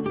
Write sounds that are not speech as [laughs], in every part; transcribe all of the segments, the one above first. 만나보시라요.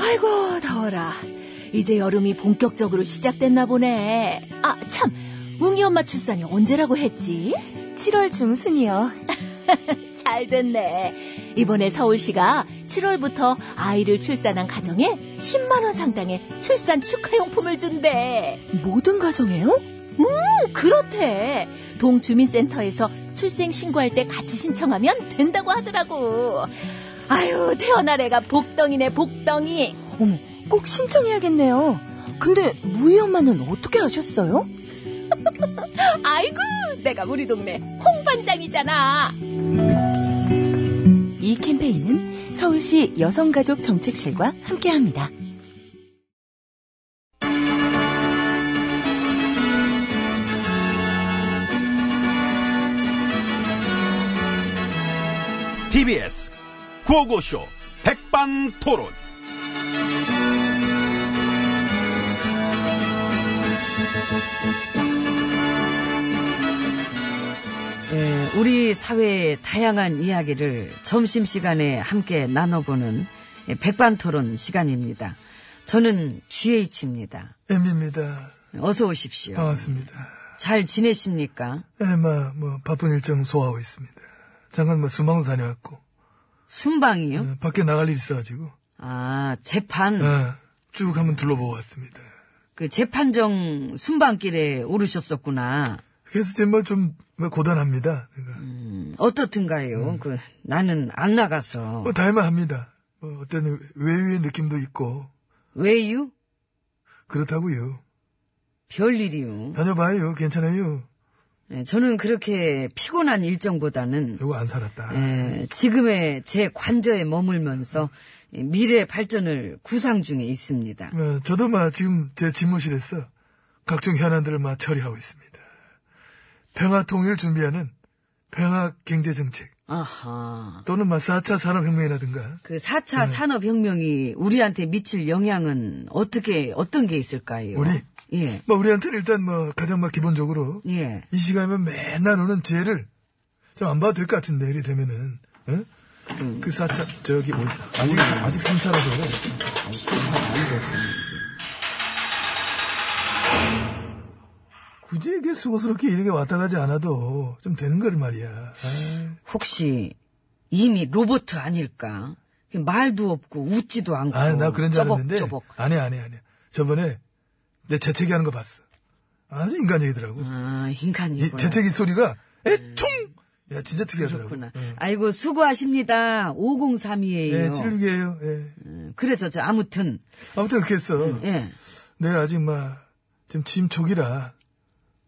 아이고 더워라. 이제 여름이 본격적으로 시작됐나 보네. 아 참, 웅이 엄마 출산이 언제라고 했지? 7월 중순이요. [laughs] 잘 됐네. 이번에 서울시가 7월부터 아이를 출산한 가정에 10만 원 상당의 출산 축하용품을 준대. 모든 가정에요? 음, 그렇대. 동주민센터에서 출생 신고할 때 같이 신청하면 된다고 하더라고. 아유 태어날 애가 복덩이네 복덩이. 어머, 꼭 신청해야겠네요. 근데 무희 엄마는 어떻게 아셨어요? 아이고 내가 우리 동네 홍 반장이잖아. 이 캠페인은 서울시 여성가족 정책실과 함께합니다. TBS 구호고쇼 백반토론. 예, 우리 사회의 다양한 이야기를 점심시간에 함께 나눠보는 예, 백반토론 시간입니다. 저는 GH입니다. 엠비입니다. 어서 오십시오. 반갑습니다. 잘 지내십니까? 에마 뭐 바쁜 일정 소화하고 있습니다. 잠깐 뭐 수망도 다녀왔고 순방이요? 어, 밖에 나갈 일 있어가지고 아, 재판. 어, 쭉 한번 둘러보고 왔습니다. 그 재판정 순방길에 오르셨었구나. 그래서 지금 뭐좀 뭐 고단합니다. 그러니까. 음, 어떻든가요? 그, 나는 안 나가서. 뭐 다해만 합니다. 뭐 어떤 외유의 느낌도 있고 왜요? 그렇다고요. 별일이요. 다녀봐요. 괜찮아요. 예, 저는 그렇게 피곤한 일정보다는 요거 안 살았다. 예, 지금의 제 관저에 머물면서 이 미래 발전을 구상 중에 있습니다. 어, 저도 막 지금 제 집무실에서 각종 현안들을 막 처리하고 있습니다. 평화 통일 준비하는 평화 경제 정책 아하. 또는 막 4차 산업혁명이라든가 그 4차 산업혁명이 우리한테 미칠 영향은 어떻게, 어떤 게 있을까요? 우리? 예, 뭐 우리한테는 일단 뭐 가장 막 기본적으로 예. 이 시간이면 맨날 오는 죄를 좀 안 봐도 될 것 같은데 이리 되면은 어? 그 4차 저기 뭐 아직 아직 3차라서 굳이 이게 수고스럽게 이렇게 왔다 가지 않아도 좀 되는 걸 말이야 아, 혹시 이미 로봇 아닐까? 말도 없고 웃지도 않고. 아니, 나 그런 줄 알았는데 쪼벅쪼벅. 아니 아니 아니 저번에 내 재채기 하는 거 봤어 아주 인간적이더라고 아, 이 인간이구나. 네. 재채기 소리가 에총 야 진짜 특이하더라고 그렇구나. 응. 아이고 수고하십니다. 5032예요. 예, 76이에요. 예. 그래서 저 아무튼 아무튼 그렇게 했어. 예. 내가 아직 막, 지금 짐 초기라,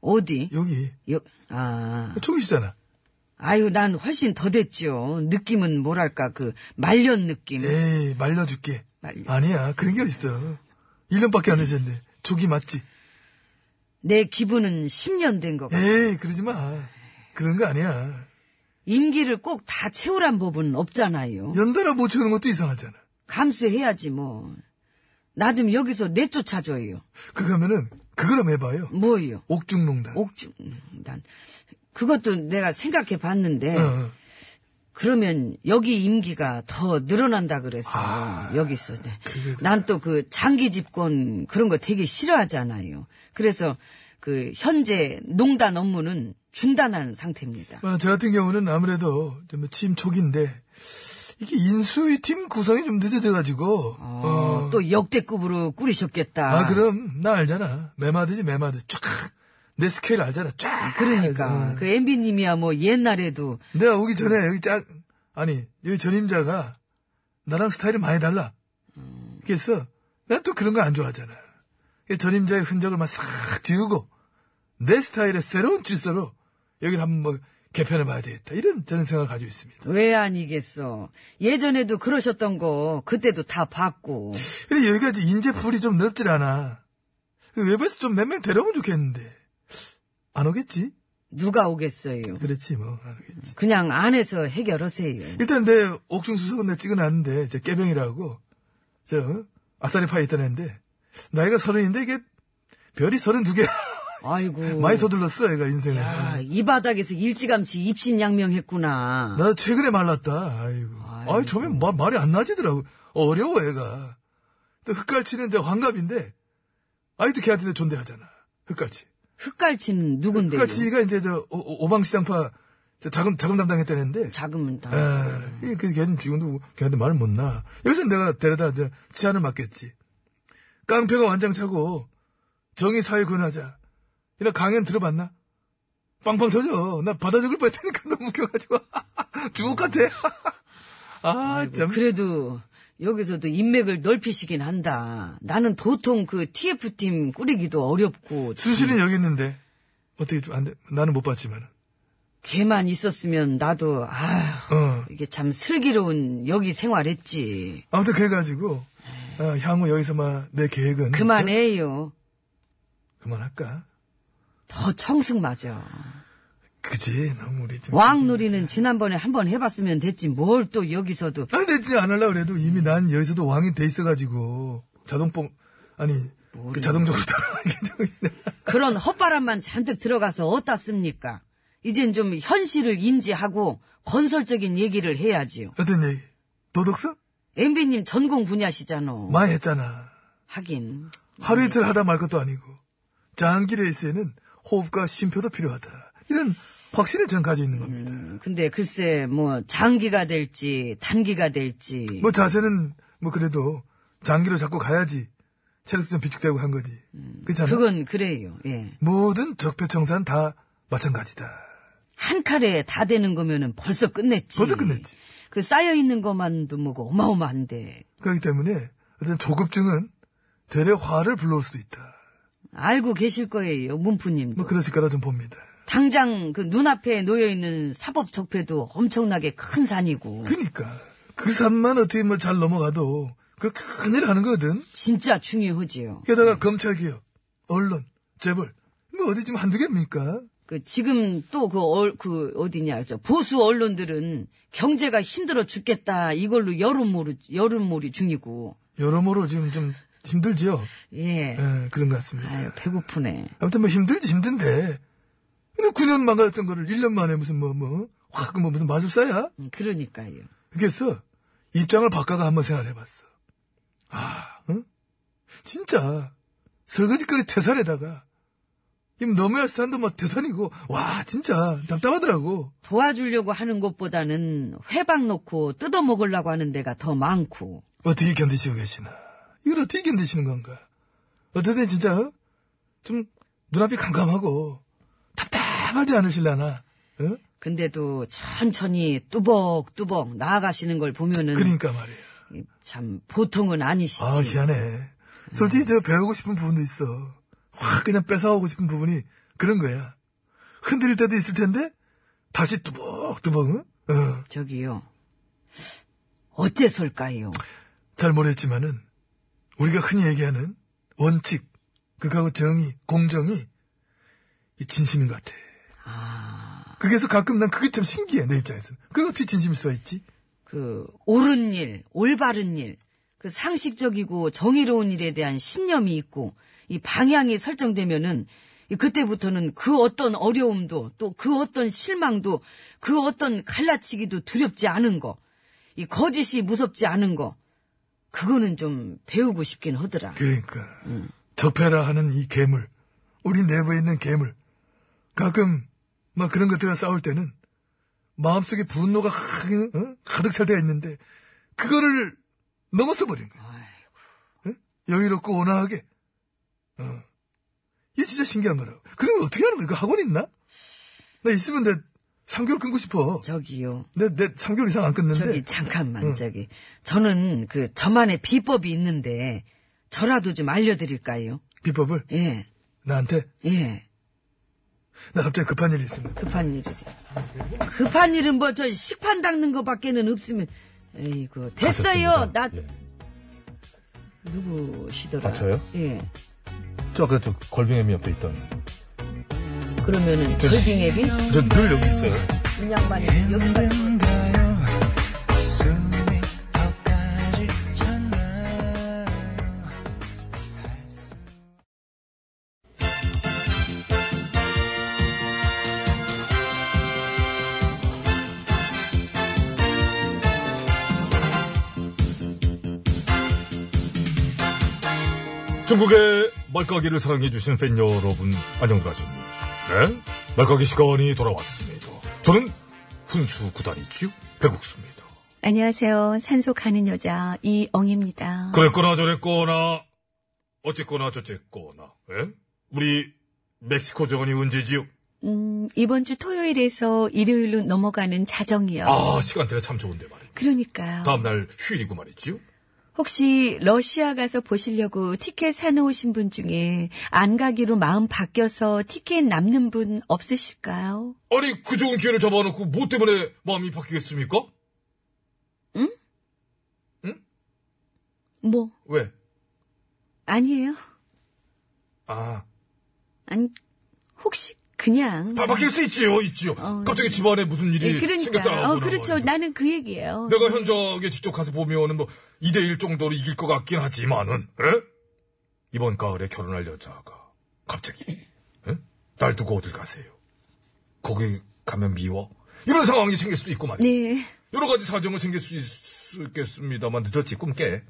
어디? 여기. 요, 아. 초기시잖아. 아유 난 훨씬 더 됐죠. 느낌은 뭐랄까 그 말년 느낌. 에이, 말려줄게. 네. 말려. 아니야, 그런 게 어딨어. 1년밖에 안 되셨는데, 초기 맞지? 내 기분은 10년 된 것 같아. 에이, 그러지 마. 그런 거 아니야. 임기를 꼭 다 채우란 법은 없잖아요. 뭐 연달아 못 채우는 것도 이상하잖아. 감수해야지 뭐. 나 좀 여기서 내쫓아줘요. 그거면은 그걸 한번 해봐요. 네. 뭐요? 옥중농단. 옥중, 난, 그것도 내가 생각해 봤는데, 어, 어. 그러면 여기 임기가 더 늘어난다 그래서, 여기서. 네. 난 또 아, 그 장기 집권 그런 거 되게 싫어하잖아요. 그래서 그 현재 농단 업무는 중단한 상태입니다. 아, 저 같은 경우는 아무래도 좀 취임 초기인데 이게 인수위 팀 구성이 좀 늦어져가지고 어, 또 역대급으로 꾸리셨겠다. 아 그럼 나 알잖아 메마드지 메마드 쫙내 스케일 알잖아 쫙 그러니까. 어. 그 MB님이야 뭐 옛날에도 내가 오기 전에 여기 짝 아니 여기 전임자가 나랑 스타일이 많이 달라 그래서 난 또 그런 거 안 좋아하잖아 이 전임자의 흔적을 막 싹 지우고 내 스타일의 새로운 질서로 여기를 한번 뭐 개편해 봐야 되겠다 이런 저는 생각을 가지고 있습니다 왜 아니겠어. 예전에도 그러셨던 거 그때도 다 봤고. 근데 여기가 이제 인재풀이 좀 넓질 않아 그 외부에서 좀 몇 명 데려오면 좋겠는데 안 오겠지 누가 오겠어요. 그렇지 뭐 안 오겠지 그냥 안에서 해결하세요. 일단 내 옥중 수석은 내가 찍어놨는데 저 깨병이라고 저 어? 아싸리 파에 있던 애인데 나이가 서른인데 이게 별이 서른 두 개 [laughs] 아이고. 많이 서둘렀어 애가 인생을 야, 이 바닥에서 일찌감치 입신양명했구나. 나 최근에 말랐다 아이고 아이고. 아 처음엔 마- 말이 안 나지더라고 어려워 애가 또 흑갈치는 저 환갑인데 아이도 걔한테 존대하잖아 흑갈치 흑갈치는 누군데요? 흑갈치가 그러니까 이제 저 오- 오- 오방시장파 저 자금 자금 담당했다는데 작으면 다. 에, 그, 걔는 지금도 걔한테 말을 못 나. 여기서 내가 데려다 이제 치안을 맡겠지. 깡패가 완장 차고, 정의 사회 근하자. 이런 강연 들어봤나? 빵빵 터져. 나 받아 적을 뻔 했다니까 [laughs] 너무 웃겨가지고. 죽을 것 같아. [laughs] 아, 참. 그래도 여기서도 인맥을 넓히시긴 한다. 나는 도통 그 TF팀 꾸리기도 어렵고 수신이 여기 있는데. 어떻게 좀 안 돼. 나는 못 봤지만. 걔만 있었으면 나도 아 어. 이게 참 슬기로운 여기 생활했지. 아무튼 그래가지고, 아, 향후 여기서 막 내 계획은. 그만해요. 그만할까? 더 청승 맞아. 그지? 너무 우리 좀. 왕놀이는 지난번에 한번 해봤으면 됐지. 뭘 또 여기서도 아니, 근데 진짜 안 하려고 그래도 이미 난 여기서도 왕이 돼 있어가지고, 자동뽕, 아니, 그 자동적으로 [laughs] 따라가게 그런 헛바람만 잔뜩 들어가서 어디다 씁니까? 이젠 좀 현실을 인지하고 건설적인 얘기를 해야지요. 어떤 얘기? 도덕성? 엠비님 전공 분야시잖아. 많이 했잖아. 하긴. 하루 이틀 하다 말 것도 아니고, 장기 레이스에는 호흡과 쉼표도 필요하다. 이런 확신을 전 가지고 있는 겁니다. 근데 글쎄 뭐 장기가 될지 단기가 될지 뭐 자세는, 뭐 그래도, 장기로 잡고 가야지. 체력도 좀 비축되고 한 거지. 음. 그렇잖아. 그건 그래요. 예. 모든 적폐청산 다 마찬가지다. 한 칼에 다 되는 거면은 벌써 끝냈지. 벌써 끝냈지. 그 쌓여 있는 것만도 뭐고 어마어마한데 그렇기 때문에, 어떤 조급증은 되려 화를 불러올 수도 있다. 알고 계실 거예요 문프님도. 뭐 그랬을 거라 좀 봅니다. 당장 그 눈앞에 놓여 있는 사법 적폐도 엄청나게 큰 산이고 그니까 그 산만 어떻게 뭐 잘 넘어가도 그 큰일 하는 거거든. 진짜 중요하지요. 게다가 검찰 개혁, 언론, 재벌 뭐 어디 좀 한두 개입니까? 그 지금 또 그 그 어디냐 저 보수 언론들은 경제가 힘들어 죽겠다 이걸로 여론몰이 여론몰이 중이고 여러모로 지금 좀 힘들지요. 예. 예, 그런 것 같습니다. 아유, 배고프네. 아무튼 뭐 힘들지 힘든데. 근데 9년 망가졌던 거를 1년 만에 무슨 뭐 뭐 확 뭐 무슨 마술사야? 음, 그러니까요. 그래서 입장을 바꿔가 한번 생각해봤어. 아, 응? 진짜 설거지거리 태산에다가 이 너무야 산도 막 태산이고 와 진짜 답답하더라고. 도와주려고 하는 것보다는 회방 놓고 뜯어 먹으려고 하는 데가 더 많고. 어떻게 견디시고 계시나? 이걸 어떻게 견디시는 건가? 어쨌든 진짜 어? 좀 눈앞이 캄캄하고 답답하지 않으실라나? 어? 근데도 천천히 뚜벅뚜벅 나아가시는 걸 보면은 그러니까 말이야. 참 보통은 아니시지. 아 희한해. 솔직히 저 배우고 싶은 부분도 있어. 확 그냥 뺏어오고 싶은 부분이 그런 거야. 흔들릴 때도 있을 텐데 다시 뚜벅뚜벅 응? 어, 저기요. 어째설까요? 잘 모르겠지만은 우리가 흔히 얘기하는 원칙 그거하고 정의 공정이 이 진심인 것 같아. 그래서 가끔 난 그게 참 신기해 내 입장에서는. 그걸 어떻게 진심일 수가 있지? 그 옳은 일, 올바른 일. 그 상식적이고 정의로운 일에 대한 신념이 있고 이 방향이 설정되면은 이 그때부터는 그 어떤 어려움도 또 그 어떤 실망도 그 어떤 갈라치기도 두렵지 않은 거, 이 거짓이 무섭지 않은 거, 그거는 좀 배우고 싶긴 하더라. 그러니까 접해라 하는 이 괴물, 우리 내부에 있는 괴물. 가끔 막 그런 것들과 싸울 때는 마음속에 분노가 가득, 어? 가득 찰 때가 있는데 그거를 넘어서 버린 거야. 아이고, 여유롭고 온화하게. 어. 이게 진짜 신기한 거라고. 그럼 어떻게 하는 거야? 그 학원 있나? 나 있으면 내 3개월 끊고 싶어. 저기요. 내, 내 3개월 이상 안 끊는데. 저기 잠깐만 응. 저기 저는 그 저만의 비법이 있는데 저라도 좀 알려드릴까요? 비법을 예, 나한테 예. 나 갑자기 급한 일이 있습니다. 급한 일이지. 급한 일은 뭐 저 식판 닦는 거밖에는 없으면. 에이구 됐어요. 가셨습니다. 나 예. 누구시더라? 아, 저요? 예. 저 아까 저 걸빙애미 옆에 있던 그러면은 절빙애비 저 늘 여기 있어요. 인양반이 예. 여기까지. 중국의 말까기를 사랑해주신 팬 여러분, 안녕하십니까. 네? 말까기 시간이 돌아왔습니다. 저는 훈수 구단이지요. 배국수입니다. 안녕하세요. 산소 가는 여자 이엉입니다. 그랬거나 저랬거나, 어쨌거나 저쨌거나, 예? 우리 멕시코 정원이 언제지요? 음, 이번 주 토요일에서 일요일로 넘어가는 자정이요. 아, 시간대가 참 좋은데 말이에요. 그러니까요. 다음날 휴일이고 말이지요. 혹시 러시아 가서 보시려고 티켓 사놓으신 분 중에 안 가기로 마음 바뀌어서 티켓 남는 분 없으실까요? 아니, 그 좋은 기회를 잡아놓고 뭐 때문에 마음이 바뀌겠습니까? 뭐, 왜? 아니에요. 아, 아니, 혹시 그냥. 바, 바뀔 수 있지요, 있지요. 어, 갑자기 집안에 무슨 일이 예, 생겼다. 그러니까. 어, 그렇죠. 나는 그 얘기예요. 내가 현장에 직접 가서 보면은 뭐 2대1 정도로 이길 것 같긴 하지만은 에? 이번 가을에 결혼할 여자가 갑자기 에? 날 두고 어딜 가세요? 거기 가면 미워? 이런 상황이 생길 수도 있고 말이에요. 네. 여러 가지 사정은 생길 수 있, 겠습니다만 늦었지 꿈 깨.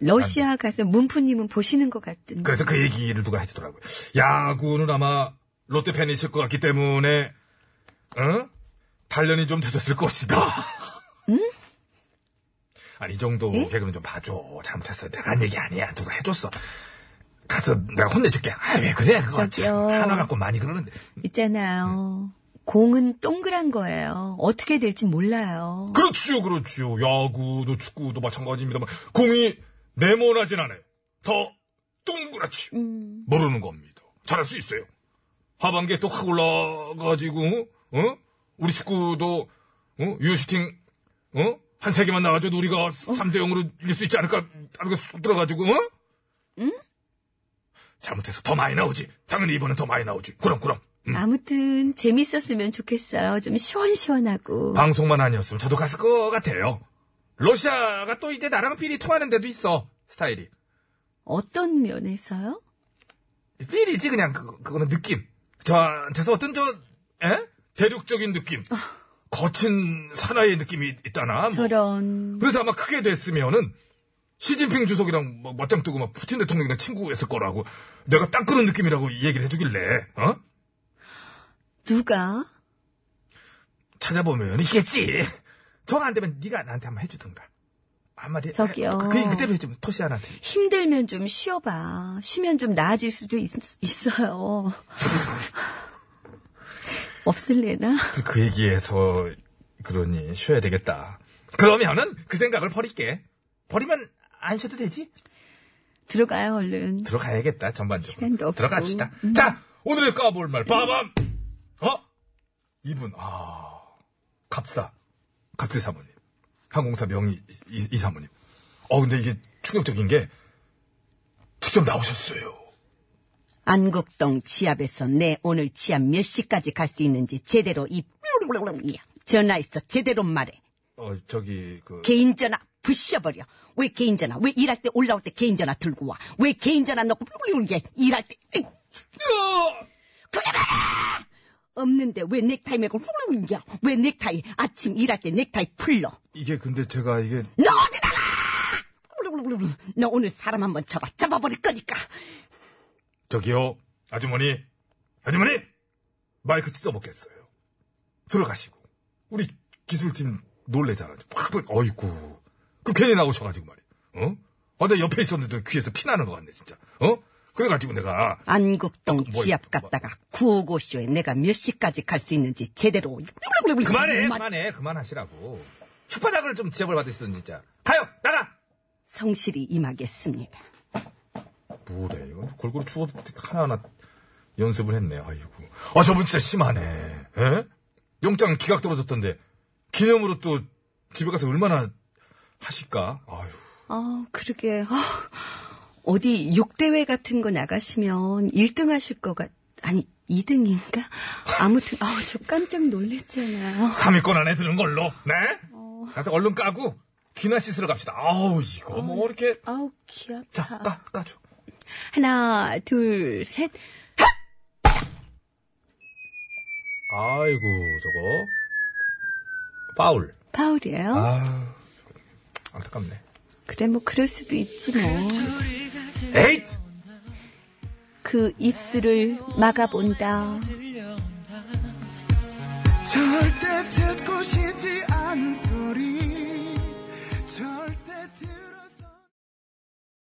러시아 가서 문프님은 보시는 것 같은데. 네. 그래서 그 얘기를 누가 해주더라고요. 야구는 아마 롯데 팬이실 것 같기 때문에 응? 단련이 좀 되셨을 것이다. 아니 이 정도 개그는 좀 봐줘. 잘못했어. 내가 한 얘기 아니야. 누가 해줬어. 가서 내가 혼내줄게. 아 왜 그래 그거 참. 저기요. 하나 갖고 많이 그러는데. 있잖아요. 네. 공은 동그란 거예요. 어떻게 될지 몰라요. 그렇지요 그렇지요. 야구도 축구도 마찬가지입니다만 공이 네모나진 않아요. 더 동그랗지. 음, 모르는 겁니다. 잘할 수 있어요. 하반기에 또 확 올라가지고, 어? 우리 축구도, 어? 유슈팅, 어? 한 세 개만 나와줘도 우리가 3대 0으로 이길 수 있지 않을까, 하면서 쑥 들어가지고, 어? 응? 잘못해서 더 많이 나오지. 당연히 이번엔 더 많이 나오지. 그럼, 그럼. 음. 아무튼 재밌었으면 좋겠어요. 좀 시원시원하고. 뭐. 방송만 아니었으면 저도 갔을 것 같아요. 러시아가 또 이제 나랑 필이 통하는 데도 있어. 스타일이. 어떤 면에서요? 필이지 그냥 그, 그거는 느낌 저한테서 어떤 저 에? 대륙적인 느낌 거친 사나이의 느낌이 있다나 뭐. 어. 저런. 그래서 아마 크게 됐으면은 시진핑 주석이랑 뭐 맞짱 뜨고 막 푸틴 대통령이랑 친구했을 거라고 내가 딱 그런 느낌이라고 이 얘기를 해주길래 어? 누가? 찾아보면 있겠지 전안 되면 네가 나한테 한번 해주든가 한마디 저기요. 그, 그대로 해주면 토시안한테 힘들면 좀 쉬어봐. 쉬면 좀 나아질 수도 있, 있어요. [laughs] 없을래나? 그, 그 얘기에서 그러니 쉬어야 되겠다. 그러면은 그 생각을 버릴게. 버리면 안 쉬어도 되지? 들어가요, 얼른. 들어가야겠다 전반적으로. 시간도 없고. 음. 들어갑시다. 자 오늘의 까볼 말 빠밤. 어? 이분 아 갑사 갑질 사모님 항공사 명의 이, 이 사모님. 어 근데 이게 충격적인 게 직접 나오셨어요. 안국동 지압에서 내 오늘 지압 몇 시까지 갈 수 있는지 제대로 입 전화했어 제대로 말해 어 저기 그 개인 전화 부셔버려. 왜 개인전화? 왜 일할 때 올라올 때 개인전화 들고 와? 왜 개인전화 넣고 이게 일할 때? 에이, 그게 봐라! 없는데 왜 넥타이 메고 훌훌훌 왜 넥타이 아침 일할 때 넥타이 풀러? 이게 근데 제가 이게 너 어디다가! 너 오늘 사람 한번 잡아 잡아버릴 거니까. 저기요 아주머니 아주머니 마이크 찢어먹겠어요. 들어가시고 우리 기술팀 놀래잖아. 확 번- 어이구 그 괜히 나오셔가지고 말이야. 어? 아, 내 옆에 있었는데 귀에서 피 나는 것 같네 진짜. 어? 그래가지고 내가 안국동 뭐, 지압 뭐. 갔다가 구호고쇼에 내가 몇 시까지 갈 수 있는지 제대로 그만해 그만해 그만하시라고 혓바닥을 좀 지압을 받으시던 진짜. 가요 나가. 성실히 임하겠습니다. 뭐래 이건 골고루 죽어도 하나하나 연습을 했네 아이고 아 저분 진짜 심하네 에? 영장 기각 떨어졌던데 기념으로 또 집에 가서 얼마나 하실까 아유 아, 그러게. 아, 어디 욕대회 같은 거 나가시면 1등 하실 것 같, 아니, 2등인가? 아무튼, 아우, 저 깜짝 놀랬잖아요. 3위권 안에 드는 걸로 네? 나한테 얼른 까고 기나 씻으러 갑시다 아우 이거 뭐 이렇게 아우, 귀 자 아파. 까, 까줘 하나, 둘, 셋. 아이고 저거 파울 파울이에요? 아 안타깝네 그래, 뭐, 그럴 수도 있지, 뭐. 에잇 그 입술을 막아본다. 절대 듣고 싶지 않은 소리